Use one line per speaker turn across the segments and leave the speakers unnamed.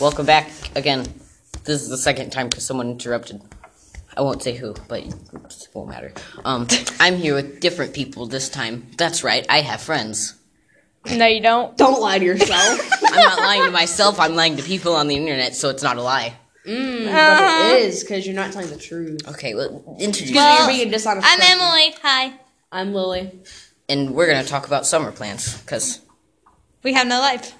Welcome back again. This is the second time because someone interrupted. I won't say who, but it won't matter. Um, I'm here with different people this time. That's right, I have friends.
No, you don't.
Don't lie to yourself.
I'm not lying to myself, I'm lying to people on the internet, so it's not a lie.
but it is because you're not telling the truth.
Okay, well, introduce
Well-
you're being a dishonest.
I'm
person.
Emily. Hi.
I'm Lily.
And we're going to talk about summer plans because
We have no life.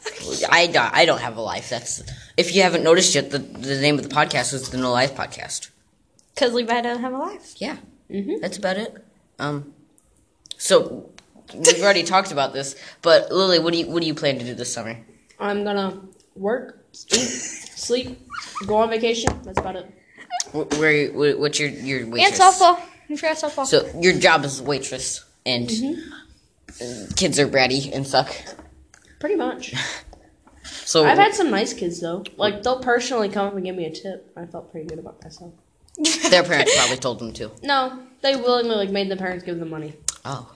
I, do- I don't have a life. That's If you haven't noticed yet, the, the name of the podcast is the No Life Podcast.
Because Levi doesn't have a life.
Yeah,
Mm-hmm.
that's about it. Um, so we've already talked about this, but Lily, what do you what do you plan to do this summer?
I'm gonna work, eat, sleep, go on vacation. That's about it.
Wh- Where you- wh- what's your your
And
waitress?
softball. You forgot softball.
So your job is waitress, and
Mm-hmm.
uh, kids are bratty and suck.
Pretty much.
So
I've had some nice kids though. Like they'll personally come up and give me a tip. I felt pretty good about myself.
their parents probably told them to.
No, they willingly like made the parents give them money.
Oh,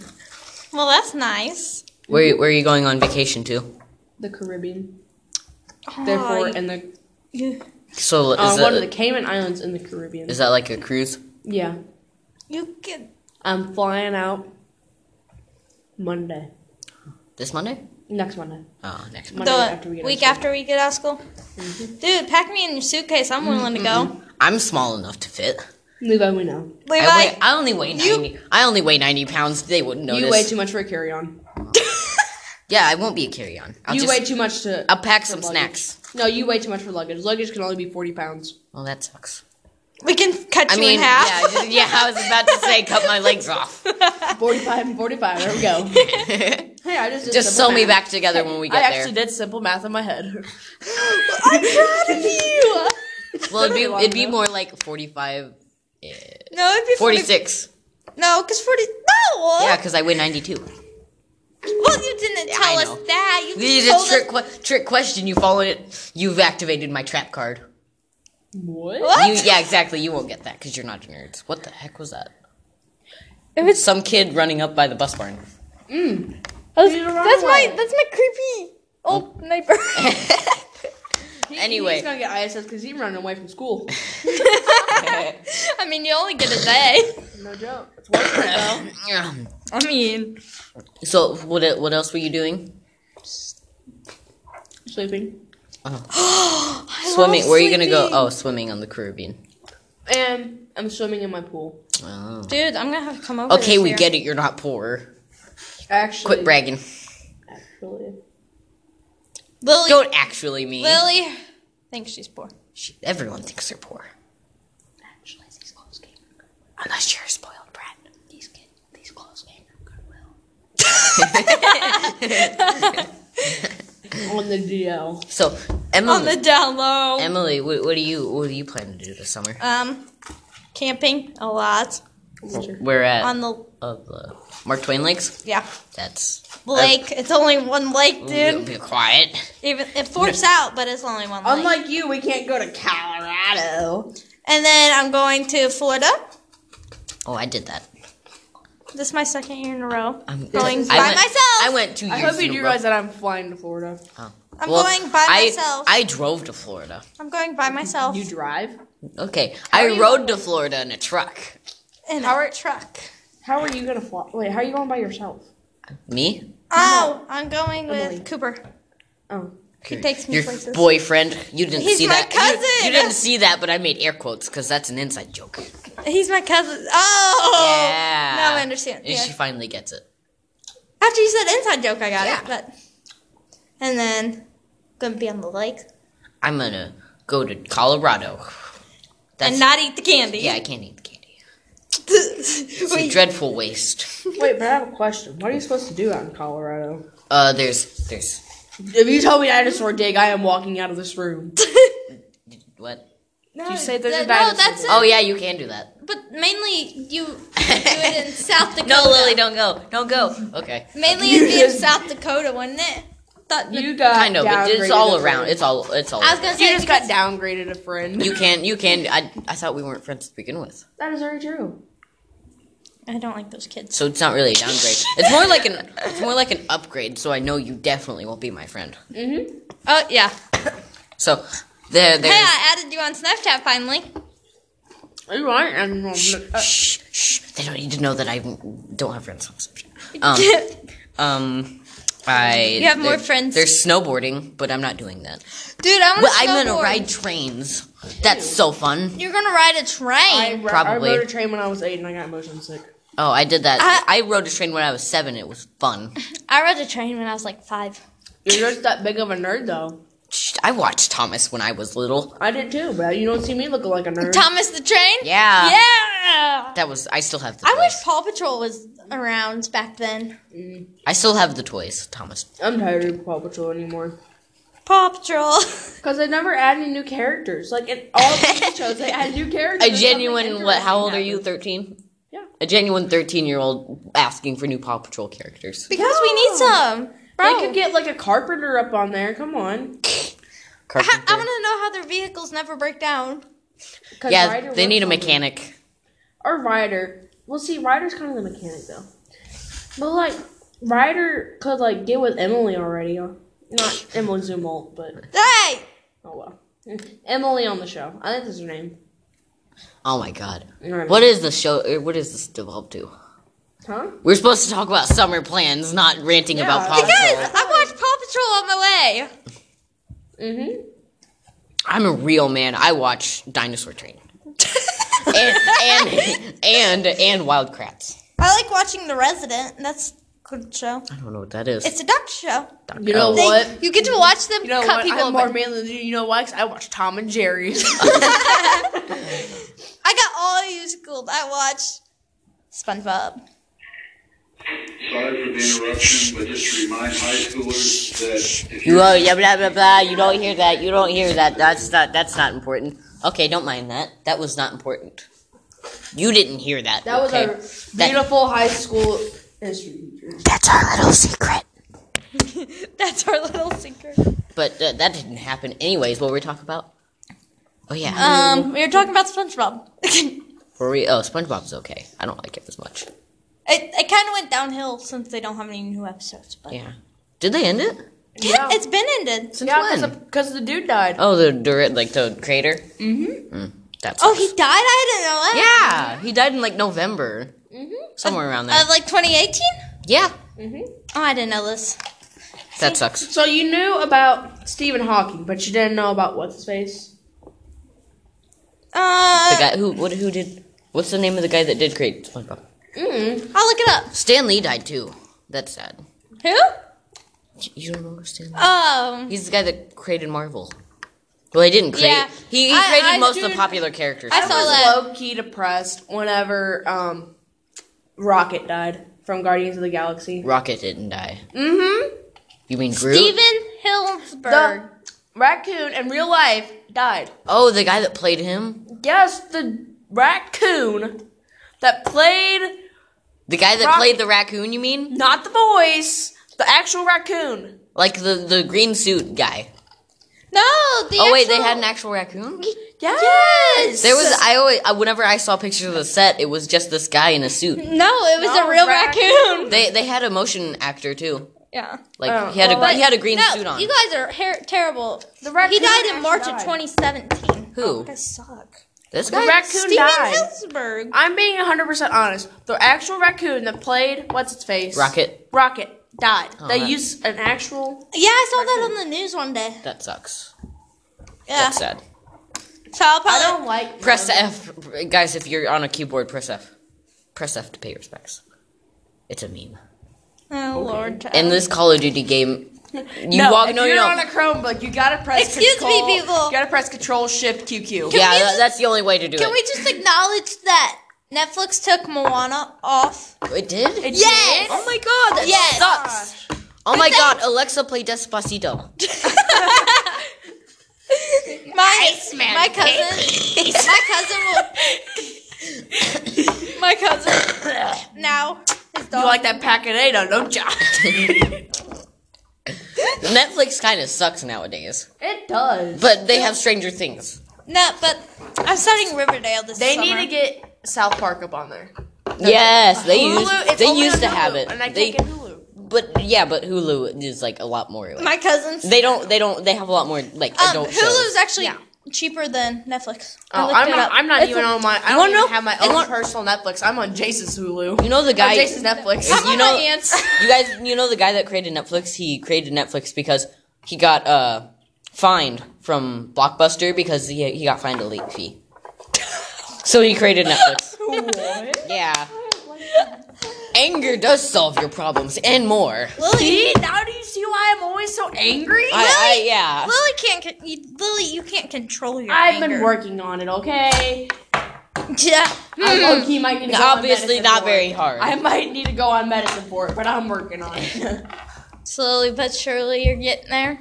well, that's nice.
where you- where are you going on vacation to?
The Caribbean,
Oh,
therefore, and the
So is,
uh,
that,
one of the Cayman Islands in the Caribbean.
is that like a cruise?
Yeah,
you can.
I'm flying out Monday,
This Monday?
next Monday,
Oh, next Monday.
Monday after we
The
get
week
out of
after we get out of school. Dude, pack me in your suitcase. I'm willing to go.
I'm small enough to fit.
school. Levi, we know.
Levi.
I, weigh, I only weigh
you-
ninety. I only weigh ninety pounds. They wouldn't notice.
You weigh too much for a carry-on.
Yeah, I won't be a carry-on. I'll
you
just,
weigh too much to.
I'll pack some
luggage.
snacks.
No, you weigh too much for luggage. Luggage can only be forty pounds.
Well, that sucks.
we can cut
I
you
mean,
in half.
yeah, yeah. I was about to say, cut my legs off.
Forty-five and forty-five. There we go. hey, I just did
Just sew
simple
me
math.
back together when we
I
get there.
actually did simple math in my head.
well, it'd be,
Long
it'd be
enough.
more like 45,
No, it'd be 40.
46.
No, because 40. No!
Yeah, because I weigh 92.
Well, you didn't tell
I
us
know.
that. You
This
just
is a
told
trick,
us.
que- trick question. You followed it. You've activated my trap card.
What?
What?
You, yeah, exactly. You won't get that because you're not nerds. What the heck was that?
It was-
some kid running up by the bus barn.
Mm. That's, that's
that's my creepy old neighbor.
anyway.
he's gonna get ISS because he's running away from school.
I mean, you only get a day.
No joke. It's worth it though.
I mean,
so what? e- What else were you doing?
Sleeping
Swimming. Where are you gonna go? Oh, swimming on the Caribbean.
and I'm swimming in my pool.
Oh.
dude, I'm gonna have to come over.
Okay,
this
we
year.
get it. You're not poor.
Actually,
Quit bragging.
Actually,
Lily.
Don't actually mean.
Lily thinks she's poor.
Sh- Everyone thinks they're poor.
actually, these clothes came.
Unless you're a spoiled brat.
These kids, these clothes came from Goodwill. On the DL.
So,
On
Emily,
the down low.
Emily, what, what do you what do you plan to do this summer?
um, camping a lot
We're at
on the
uh, the Mark Twain Lakes.
yeah
That's
lake. it's only one
Oh,
lake, dude.
Be quiet.
Even it forks out, but it's only one lake.
Unlike you, we can't go to Colorado.
and then I'm going to Florida.
Oh, I did that.
This is my second year in a row.
I'm
Going by
I went,
myself.
I went two years.
I hope you
in
do
a row.
realize that I'm flying to Florida.
Oh.
I'm
Well,
going by
I,
myself. I,
I drove to Florida.
am going by myself
You drive?
Okay,
are
I
you
rode to Florida in a truck.
in our truck.
How are you gonna fly? Wait, how are you going by yourself?
Me?
Oh, I'm going with
Emily.
Cooper.
Oh,
He
takes me
Your
places.
boyfriend. You didn't
He's
see
my
that. You- You,
cousin.
didn't see that, but I made air quotes because that's an inside joke.
He's my cousin. Oh,
yeah.
Now I understand.
And
Yeah.
She finally gets it.
After you said inside joke, I got
Yeah.
it. But and then gonna be on the lake
I'm gonna go to Colorado. That's
and not eat the candy.
yeah. I can't eat the candy. It's a
Wait,
dreadful waste.
wait, but I have a question. What are you supposed to do out in Colorado?
Uh, there's there's
If you tell me dinosaur dig, I am walking out of this room.
what?
no,
you say there's a
that-
dinosaur
No, that's it.
Oh yeah, you can do that.
But mainly you do it in South Dakota.
No, Lily, don't go. Don't go. Okay.
Mainly it'd be in South Dakota, wouldn't it? Thought
You got
Kind of. It, it's
downgraded
all
a
around.
friend.
It's all. It's all.
I was
around.
gonna
You
say
just got
because-
downgraded a friend.
You can. You can. I. I thought we weren't friends to begin with.
That is very true.
I don't like those kids.
So it's not really a downgrade. it's more like an it's more like an upgrade. So I know you definitely won't be my friend.
Oh yeah.
So there
Hey,
there's
I added you on Snapchat finally.
You aren't adding on uh,
shh, shh. They don't need to know that I don't have friends on Snapchat. Um, um, I.
You have more
they're-
friends.
They're snowboarding, but I'm not doing that.
Dude, I want
But
to
I'm gonna ride trains. That's so fun.
You're gonna ride a
I,
train.
ro-
Probably.
I rode a train when I was eight and I got motion sick.
Oh, I did that. I, rode a train when I was seven. It was fun.
I, rode a train when I was like five.
You're not that big of a nerd though.
Shh, I watched Thomas when I was little.
I did too, but you don't see me looking like a nerd.
Thomas the Train.
Yeah.
Yeah.
That was. I still have the.
I
toys.
wish Paw Patrol was around back then.
I still have the toys, Thomas.
I'm tired of Paw Patrol anymore.
Paw Patrol.
Cause they never add any new characters. Like in all the TV shows, they add new characters.
A
and something
genuine. What? How old are you?
interesting
Thirteen.
happens.
A genuine thirteen-year-old asking for new Paw Patrol characters.
because we need some.
Yeah.
Bro.
They could get like a carpenter up on there. Come on.
I, I
Carpenter.
want to know how their vehicles never break down.
'Cause Ryder
Yeah, they
works
need a
on it.
mechanic.
Or Ryder. Well, see, Ryder's kind of the mechanic though. But like, Ryder could like get with Emily already. Not Emily Zumwalt, but
Hey!
oh well. Emily on the show. I think that's her name.
Oh my god.
You know what I mean?
What is the show? er, What is this developed to?
Huh?
We're supposed to talk about summer plans, not ranting
Yeah.
about Paw
You
Guys,
Patrol.
I watched Paw Patrol on my way.
Mm-hmm.
I'm a real man. I watch Dinosaur Train and and and, and Wild Kratts.
I like watching The Resident. That's a good show.
I don't know what that is.
It's a duck show.
Dr.
You know
Oz.
They-
What?
you get to watch them
You know
cut
what?
people.
I'm more
apart.
manly than you. You know why? 'Cause I watch Tom and Jerry's.
I got all you schooled. I watched SpongeBob.
Sorry for the interruption, but just to remind high schoolers that if
You
you're
oh yeah blah blah blah. You don't hear that. You don't hear that. That's not that's not important. Okay, don't mind that. That was not important. You didn't hear that.
That was
okay?
our
That-
beautiful high school history teacher.
that's our little secret.
That's our little secret.
But uh, that didn't happen. Anyways, what were we talking about? Oh yeah.
Um, we were talking about SpongeBob. it
For real. Oh, SpongeBob's okay. I don't like it as much.
it kind of went downhill since they don't have any new episodes. But
Yeah. Did they end it?
yeah, it's been ended.
Since
Yeah,
when?
because the dude died.
Oh, the direct, like the crater. Mm-hmm. that's.
Oh, he died. I didn't know that.
Yeah, he died in like November,
Mm-hmm.
somewhere around there.
Of like 2018?
yeah,
Mm-hmm.
Oh, I didn't know this.
that sucks.
So you knew about Stephen Hawking, but you didn't know about what's his face.
The
Uh,
guy who, what, who did? What's the name of the guy that did create SpongeBob?
Mm.
I'll look it up.
Stan Lee died too. That's sad.
Who?
You don't remember Stan Lee?
Um,
He's the guy that created Marvel. Well, he didn't create.
Yeah.
He, he
I-
created
I-
most of the
dude,
popular characters.
I saw
was
that.
low key depressed whenever um, Rocket died from Guardians of the Galaxy.
Rocket didn't die.
Mm-hmm.
You mean Groot?
Steven Hillenburg.
The raccoon in real life died.
Oh, the guy that played him.
Yes, the raccoon that played
The guy that
Rocket.
played the raccoon. You mean?
not the voice, the actual raccoon.
Like the the green suit guy.
No, the
oh wait, they
actual-
had an actual raccoon.
Yes.
There was I always I, whenever I saw pictures of the set, it was just this guy in a suit.
No, it was
No,
a real
raccoon.
raccoon.
They they had a motion actor too.
Yeah.
Like
Oh,
he had a
well,
he had a green
no,
suit on.
you guys are her- terrible.
The
He
raccoon
died in
actually
March of
died.
2017.
Who?
Oh, you guys suck.
this
The
guy.
raccoon
Steven
died.
Hillenburg.
I'm being 100% honest. The actual raccoon that played what's its face?
Rocket.
Rocket died.
Oh,
they
that-
used an actual.
Yeah, I saw that on the news one day.
That sucks.
Yeah.
That's sad.
So I'll probably.
like.
Press F, guys. If you're on a keyboard, press F. Press F to pay respects. It's a meme.
Oh, Lord.
In this Call of Duty game, you
no,
walk.
if
No,
you're
you no.
on a Chromebook, you gotta press.
Excuse me,
control-
people.
You gotta press Control Shift QQ.
Can
yeah,
we
that,
just-
that's the only way to do
Can
it.
we just acknowledge that Netflix took Moana off?
it did.
It
Yes.
oh my god, that
Yes.
sucks. Oh my
But
god, Alexa, play Despacito.
My my cousin, my cousin will. my cousin now his
You
dog.
like that pack of eight, don't ya?
Netflix kind of sucks nowadays,
it does.
but they have Stranger Things.
no, but I'm starting Riverdale this
They
summer.
need to get South Park up on there.
Yes, they used
Hulu, it's
they
only
used to
on
have
Hulu,
it.
And I
they,
can't get Hulu.
but yeah, but Hulu is like a lot more. Like,
My cousins.
they don't. They don't. They have a lot more like
um,
adult
Hulu's
shows.
actually
Yeah.
cheaper than Netflix. I
Oh,
looked
I'm
it
not.
up.
I'm not
It's
even
a-
on my. I
You wanna
don't even
know-
have my
I
own
want-
personal Netflix. I'm on Jason's Hulu.
You know the
on
guy.
Jason's Netflix.
I'm
you
you know-
my aunt's.
You guys, you know the guy that created Netflix. He created Netflix because he got uh fined from Blockbuster because he he got fined a late fee. So he created Netflix. Yeah. Anger does solve your problems and more.
Lily,
now do you see why I'm always so angry?
I, I yeah.
Lily can't. con- you- Lily, you can't control your
I've
anger.
been working on it, okay?
Yeah.
Hmm.
I low-key might need to go on
Obviously
medicine
not
for it.
very hard.
I might need to go on medicine for it, but I'm working on it.
Slowly but surely, you're getting there.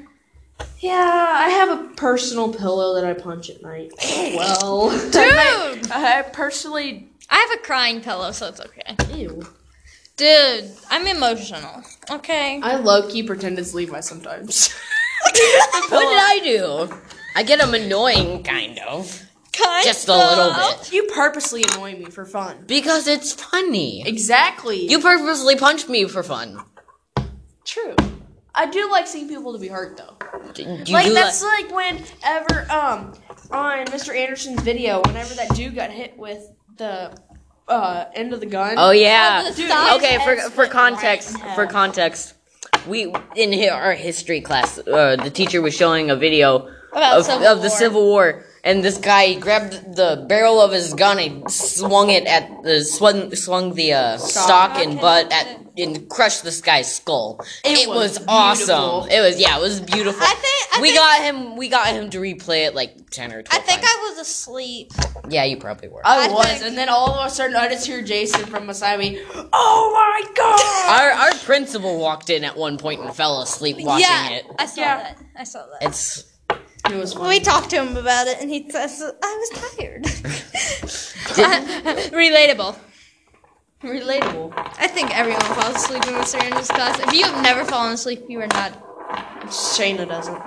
yeah, I have a personal pillow that I punch at night. Oh, well.
Dude!
I personally.
I have a crying pillow, so it's okay.
Ew.
Dude, I'm emotional. Okay.
I low key pretend it's Levi sometimes.
what did I do? I get them annoying, kind of,
Kind
just a little
of.
bit,
you purposely annoy me for fun.
because it's funny.
Exactly.
You purposely punched me for fun.
true. I do like seeing people to be hurt though.
D- You
like
do
that's like, whenever um on Mr. Anderson's video, whenever that dude got hit with the uh end of the gun.
Oh yeah.
the size
okay, for
has
for
been right
context,
now.
for context, we in hi- our history class, uh, the teacher was showing a video
About
of,
Civil
of the
War.
Civil War, and this guy grabbed the barrel of his gun and swung it at the swung swung the uh, stock and butt at and crushed this guy's skull. It, was,
was
awesome. It was yeah, it was beautiful.
I think- I
we
think-
got him. We got him to replay it like ten or
I
twelve.
think
times.
I was asleep.
yeah, you probably were.
I
I
was,
think-
and then all of a sudden I just hear Jason from beside me. Oh my god!
our our principal walked in at one point and fell asleep watching
yeah,
it.
I saw
Yeah.
that. I saw that.
It's
It was
we talked to him about it, and he says, "I was tired." Relatable.
relatable.
I think everyone falls asleep in Mr. Andrews' class. If you have never fallen asleep, you are not.
Shayna doesn't.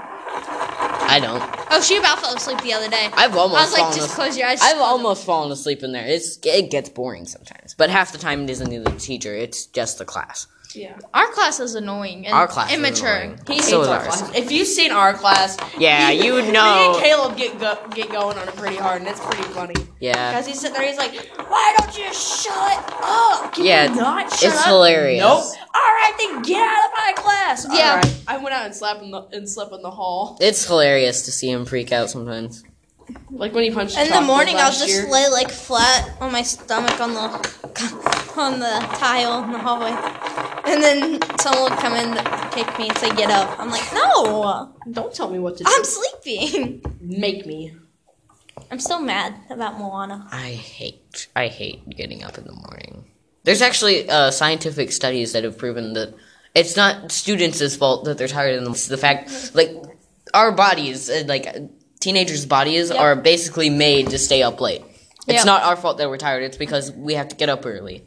I don't.
Oh, she about fell asleep the other day.
I've almost
I was like,
fallen
just
as-
close your eyes.
I've almost fallen asleep in there. It's it gets boring sometimes, but half the time it isn't the teacher; it's just the class.
Yeah.
Our class is annoying and
Our class is
immature.
annoying.
He hates
So is
our
ours.
class. If you've seen our class,
Yeah,
me-
you
Me
know.
and Caleb get go- get going on it pretty hard, and it's pretty funny.
Yeah,
Because he's sitting there, he's like, "Why don't you shut up? Can
Yeah,
you not shut
it's
up?"
hilarious.
Nope. All right, then get out of my class. All
Yeah.
right. I went out and slept in the and slept in the hall.
It's hilarious to see him freak out sometimes.
Like when he punched.
In the
Chocolate
morning, I'll
last
just
year.
lay like flat on my stomach on the on the tile in the hallway, and then someone will come in to kick me and say, "Get up!" I'm like, "No,
Don't tell me what to do.
I'm sleeping."
Make me.
I'm still mad about Moana.
I hate I hate getting up in the morning. There's actually uh, scientific studies that have proven that it's not students' fault that they're tired. And it's the fact, like, our bodies, uh, like teenagers' bodies, are basically made to stay up late. It's
Yep.
not our fault that we're tired. It's because we have to get up early.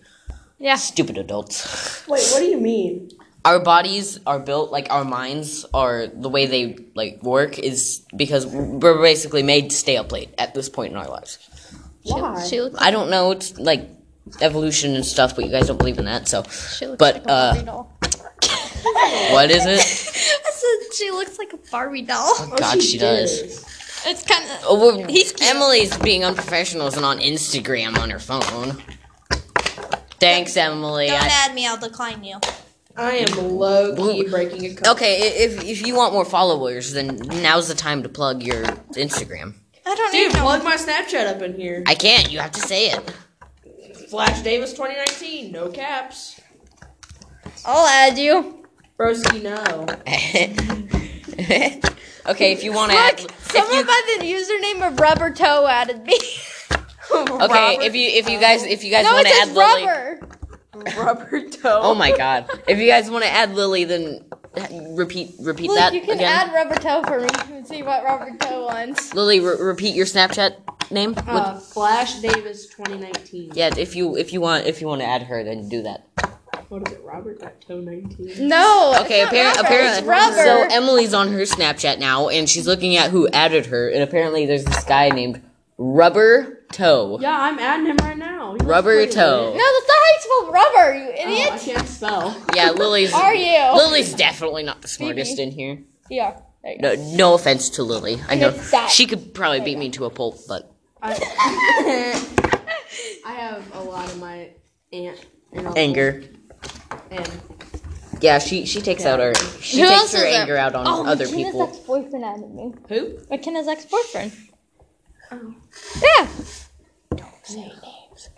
Yeah.
Stupid adults.
Wait, what do you mean?
Our bodies are built like our minds are the way they like work is because we're basically made to stay up late at this point in our lives.
Why?
She looks.
I don't know. It's like evolution and stuff, but you guys don't believe in that, so.
She looks
But
like a
uh,
Barbie doll.
what is it?
I said she looks like a Barbie doll.
God, she does.
It's kind of.
Oh, well,
Oh, He's cute.
Emily's being unprofessional and on Instagram on her phone. Thanks, Emily.
Don't
I-
add me. I'll decline you.
I am low
Blue-
key breaking a cup.
okay, i- if if you want more followers, then now's the time to plug your Instagram.
I don't
Dude,
even know.
plug my Snapchat up in here.
I can't. You have to say it.
Flash Davis 2019, no caps.
I'll add you.
Broski, no.
okay, if you want to.
Look, someone by the username of Rubber Toe added me.
Okay, if you if you guys if you guys
no,
want
it
to add
says
Lily.
rubber.
Rubber toe.
Oh my god. If you guys want to add Lily, then repeat repeat
Look,
that
you can
again.
add Rubber Toe for me and see what Rubber Toe wants.
Lily, re- repeat your Snapchat name. What-
Uh, Flash Davis 2019.
yeah, if you if you want if you want to add her, then do that.
What is it, Robert dot toe 19?
No.
Okay,
it's not
apparently,
rubber, it's
apparently,
rubber.
so Emily's on her Snapchat now, and she's looking at who added her, and apparently there's this guy named Rubber toe.
Yeah, I'm adding him right now. He looks
Rubber
pretty
toe.
lit.
No, that's not how you spell rubber, you
Oh, I
idiot.
can't spell.
Yeah, Lily's.
Are you?
Lily's definitely not the smartest in here.
Yeah. There you go.
No, no offense to Lily. I know
It's that.
she could probably beat me to a pulp, but
I have a lot of my aunt and uncle
anger.
And
Yeah, she she takes out her she
Who
takes
else
her
is there?
anger out on
Oh,
other
McKenna's
people.
ex-boyfriend added me.
Who?
McKenna's ex-boyfriend. Yeah. Don't say names.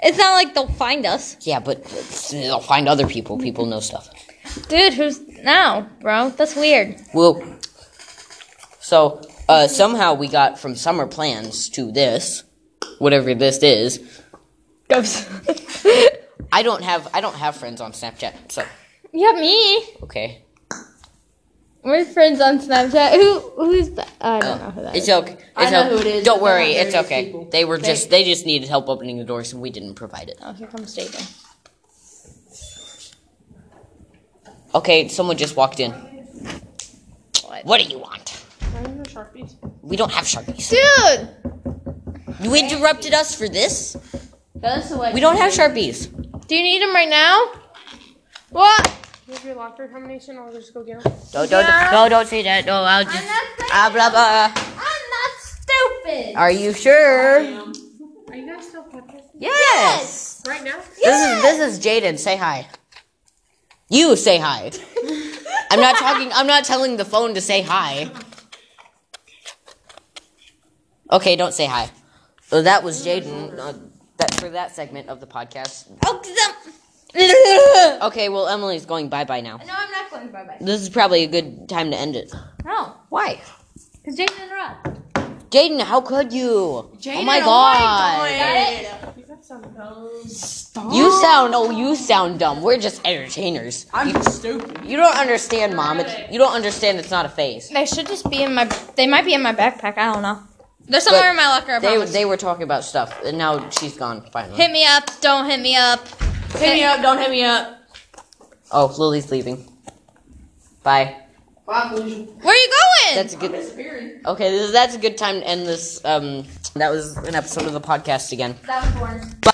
It's not like they'll find us.
Yeah, but they'll find other people. People know stuff.
Dude, who's now, bro? That's weird.
Well, so uh, somehow we got from summer plans to this, whatever this is.
Ghost.
I don't have I don't have friends on Snapchat, so
yeah, me.
okay.
We're friends on Snapchat. Who? Who's that? I don't know who that
It's
is.
okay. It's
I know
okay.
who it is,
Don't
but they're
worry,
not
it's
very good
okay.
people.
They were just they just needed help opening the doors and we didn't provide it.
Oh, here comes Jaden.
Okay, someone just walked in.
What?
What do you want?
Where's the sharpies?
We don't have sharpies.
Dude.
You interrupted us for this?
That's the way.
We don't have sharpies.
Do you need him right now? What?
Do you have your locker combination? I'll just go get them.
No, don't, no, don't say that. No, I'll just. Ah, blah, blah.
I'm not stupid.
Are you sure?
Are you guys still podcasting
Yes.
right now?
This is this is Jaden. Say hi. You say hi. I'm not talking. I'm not telling the phone to say hi. Okay, don't say hi. So that was Jaden. Uh, that for that segment of the podcast.
Oh, 'cause I'm.
Okay, well Emily's going bye bye now.
No, I'm not going bye bye.
This is probably a good time to end it.
No,
Why?
because Jaden interrupted.
Jaden, how could you? oh
Jaden,
my
oh my
god.
You got some nose.
You sound oh you sound dumb. We're just entertainers.
I'm stupid.
You don't understand, mom. It's, you don't understand it's not a phase.
They should just be in my. They might be in my backpack. I don't know. They're somewhere
But
in my locker. I
They
promise.
they were talking about stuff and now she's gone finally.
hit me up. Don't hit me up.
Hit me up. Don't hit me up.
Oh, Lily's leaving. Bye.
Where are you going?
That's a good Okay, this, that's a good time to end this um that was an episode of the podcast again.
that was Warren.